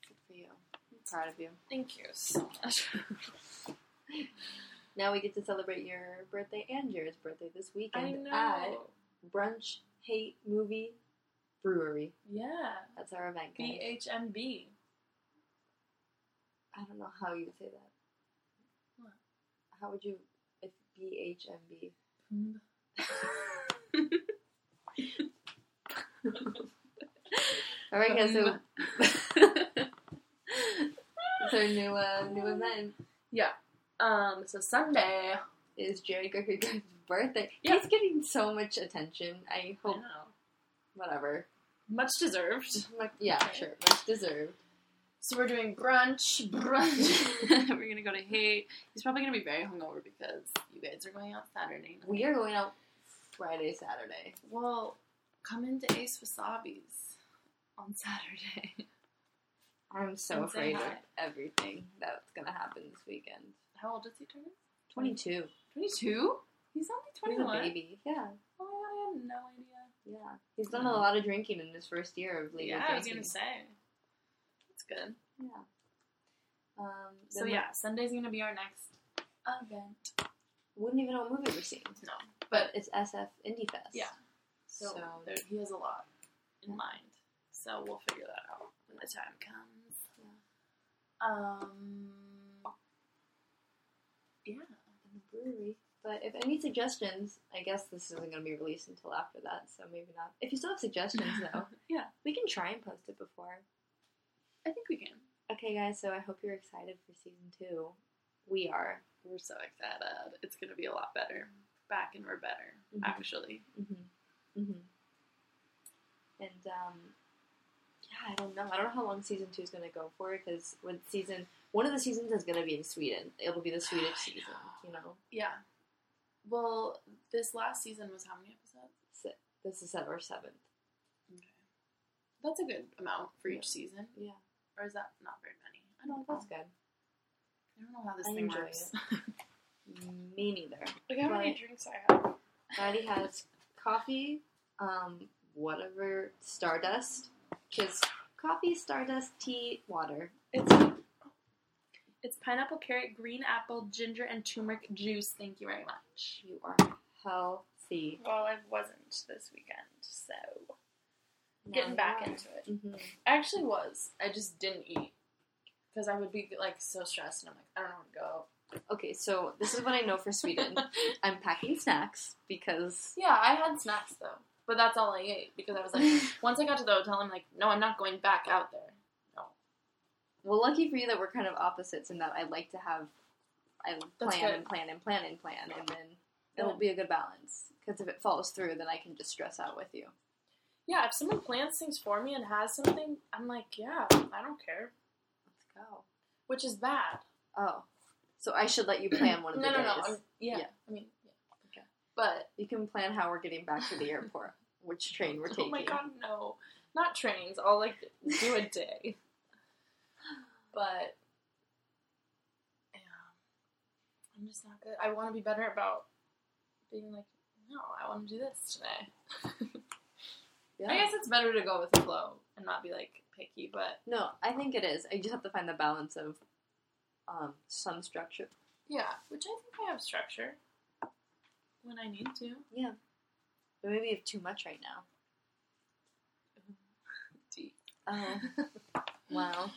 Speaker 3: Good for you. I'm proud of you.
Speaker 1: Thank you so much.
Speaker 3: Now we get to celebrate your birthday and Jared's birthday this
Speaker 1: I
Speaker 3: weekend at
Speaker 1: know.
Speaker 3: Brunch Hate Movie Brewery.
Speaker 1: Yeah.
Speaker 3: That's our event, guys.
Speaker 1: BHMB.
Speaker 3: I don't know how you would say that.
Speaker 1: What?
Speaker 3: How would you if BHMB? All right, guys. So
Speaker 1: Um,
Speaker 3: it's our new uh, new event
Speaker 1: yeah. Um. So Sunday.
Speaker 3: is Jared Greger's birthday.
Speaker 1: Yeah.
Speaker 3: He's getting so much attention. I
Speaker 1: I
Speaker 3: hope
Speaker 1: know.
Speaker 3: whatever.
Speaker 1: Much deserved.
Speaker 3: Like, yeah,
Speaker 1: Okay.
Speaker 3: sure, much deserved.
Speaker 1: So we're doing brunch. Brunch. we're gonna go to Hate. He's probably gonna be very hungover because you guys are going out Saturday. night.
Speaker 3: We are going out Friday, Saturday.
Speaker 1: Well, come into Ace Wasabi's on Saturday.
Speaker 3: I'm so
Speaker 1: And say
Speaker 3: afraid of
Speaker 1: hi.
Speaker 3: everything that's gonna happen this weekend.
Speaker 1: How old is he turning?
Speaker 3: Twenty-two.
Speaker 1: Twenty-two. He's only
Speaker 3: He's a
Speaker 1: twenty-one.
Speaker 3: baby. Yeah,
Speaker 1: Oh my god, I had no idea.
Speaker 3: yeah. He's done a lot of drinking in his first year of legal
Speaker 1: yeah, I was
Speaker 3: drinking.
Speaker 1: gonna say. That's good.
Speaker 3: Yeah. Um,
Speaker 1: So yeah, Sunday's gonna be our next event.
Speaker 3: wouldn't even know what movie we're seeing.
Speaker 1: No,
Speaker 3: But
Speaker 1: but
Speaker 3: it's SF Indie Fest.
Speaker 1: Yeah.
Speaker 3: So,
Speaker 1: so, there, he has a lot in mind. So we'll figure that out when the time comes.
Speaker 3: Yeah.
Speaker 1: Um. Yeah.
Speaker 3: in the brewery. But if any suggestions, I guess this isn't going to be released until after that, so maybe not. If you still have suggestions, though,
Speaker 1: Yeah.
Speaker 3: we can try and post it before.
Speaker 1: I think we can.
Speaker 3: Okay, guys. So I hope you're excited for season two. We are.
Speaker 1: We're so excited. It's going to be a lot better. Back and we're better,
Speaker 3: Mhm.
Speaker 1: actually.
Speaker 3: Mm-hmm. Mm-hmm. And um, yeah, I don't know. I don't know how long season two is going to go for because when season one of the seasons is going to be in Sweden, it'll be the Swedish
Speaker 1: I
Speaker 3: season. You know,
Speaker 1: Yeah. Well, this last season was how many episodes?
Speaker 3: so this is our seventh.
Speaker 1: Okay. That's a good amount for
Speaker 3: Yeah.
Speaker 1: each season.
Speaker 3: Yeah,
Speaker 1: Or is that not very many? I
Speaker 3: no,
Speaker 1: don't
Speaker 3: that's
Speaker 1: know.
Speaker 3: good.
Speaker 1: I don't know how this
Speaker 3: I
Speaker 1: thing
Speaker 3: enjoy
Speaker 1: works.
Speaker 3: Me neither.
Speaker 2: Look how many
Speaker 3: Right.
Speaker 2: drinks I have.
Speaker 3: Maddie has coffee, um, whatever stardust, because coffee, stardust, tea, water.
Speaker 1: It's it's pineapple, carrot, green apple, ginger, and turmeric juice. Thank you very much.
Speaker 3: You are healthy.
Speaker 2: Well, I wasn't this weekend, so getting back into it.
Speaker 3: hmm
Speaker 1: I actually was. I just didn't eat because I would be like so stressed, and I'm like, I don't want to go.
Speaker 3: Okay, so this is what I know for Sweden. I'm packing snacks because
Speaker 1: Yeah, I had snacks though, but that's all I ate because I was like, once I got to the hotel, I'm like, no, I'm not going back out there. No,
Speaker 3: well, lucky for you that we're kind of opposites in that I like to have I
Speaker 1: That's
Speaker 3: plan
Speaker 1: good.
Speaker 3: and plan and plan and plan, and then it'll be a good balance. Because if it falls through, then I can just stress out with you.
Speaker 1: Yeah, if someone plans things for me and has something, I'm like, yeah, I don't care.
Speaker 3: Let's go.
Speaker 1: which is bad.
Speaker 3: Oh, so I should let you plan one of
Speaker 1: No, no,
Speaker 3: the days.
Speaker 1: no. I'm-
Speaker 3: yeah.
Speaker 1: I mean, yeah. But
Speaker 3: You can plan how we're getting back to the airport, which train we're taking.
Speaker 1: oh my god, no, not trains. I'll like do a day. but yeah, I'm just not good. I want to be better about being like, no, I want to do this today.
Speaker 3: Yeah.
Speaker 1: I guess it's better to go with the flow and not be like picky. But
Speaker 3: No, I think it is. I just have to find the balance of um, some structure.
Speaker 1: yeah, which I think I have structure when I need to.
Speaker 3: But maybe you have too much right now.
Speaker 1: Deep.
Speaker 3: Oh. wow.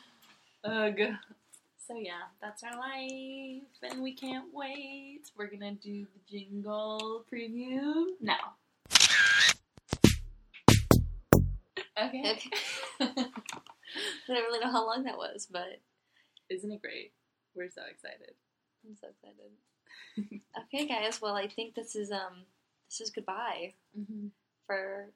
Speaker 1: Ugh. So yeah, that's our life, and we can't wait. We're gonna do the jingle preview now. Okay.
Speaker 3: Okay. I don't really know how long that was, but
Speaker 1: Isn't it great? We're so excited.
Speaker 3: I'm so excited. okay, guys. Well, I think this is um this is goodbye
Speaker 1: Mm-hmm.
Speaker 3: for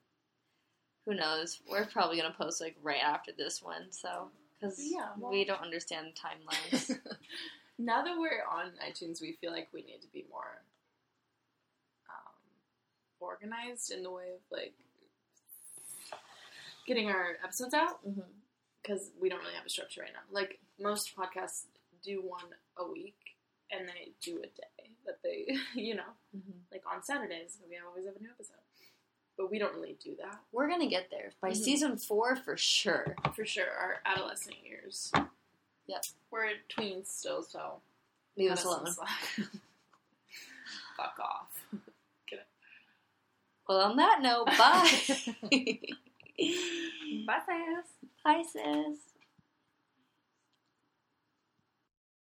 Speaker 3: who knows. We're probably gonna post like right after this one, so because
Speaker 1: Yeah, well-
Speaker 3: we don't understand timelines.
Speaker 1: now that we're on iTunes, we feel like we need to be more um, organized in the way of like getting our episodes out.
Speaker 3: hmm
Speaker 1: because we don't really have a structure right now. Like most podcasts do one a week and they do a day that they, you know,
Speaker 3: hmm
Speaker 1: like on Saturdays we always have a new episode. But we don't really do that
Speaker 3: We're gonna get there by
Speaker 1: Mhm.
Speaker 3: season four for sure.
Speaker 1: for sure. Our adolescent years.
Speaker 3: Yep.
Speaker 1: we're tweens still, so
Speaker 3: Leave
Speaker 1: cut
Speaker 3: us alone.
Speaker 1: some slack. Fuck off.
Speaker 3: Well, on that note, bye.
Speaker 1: Bye, sis.
Speaker 3: bye, sis.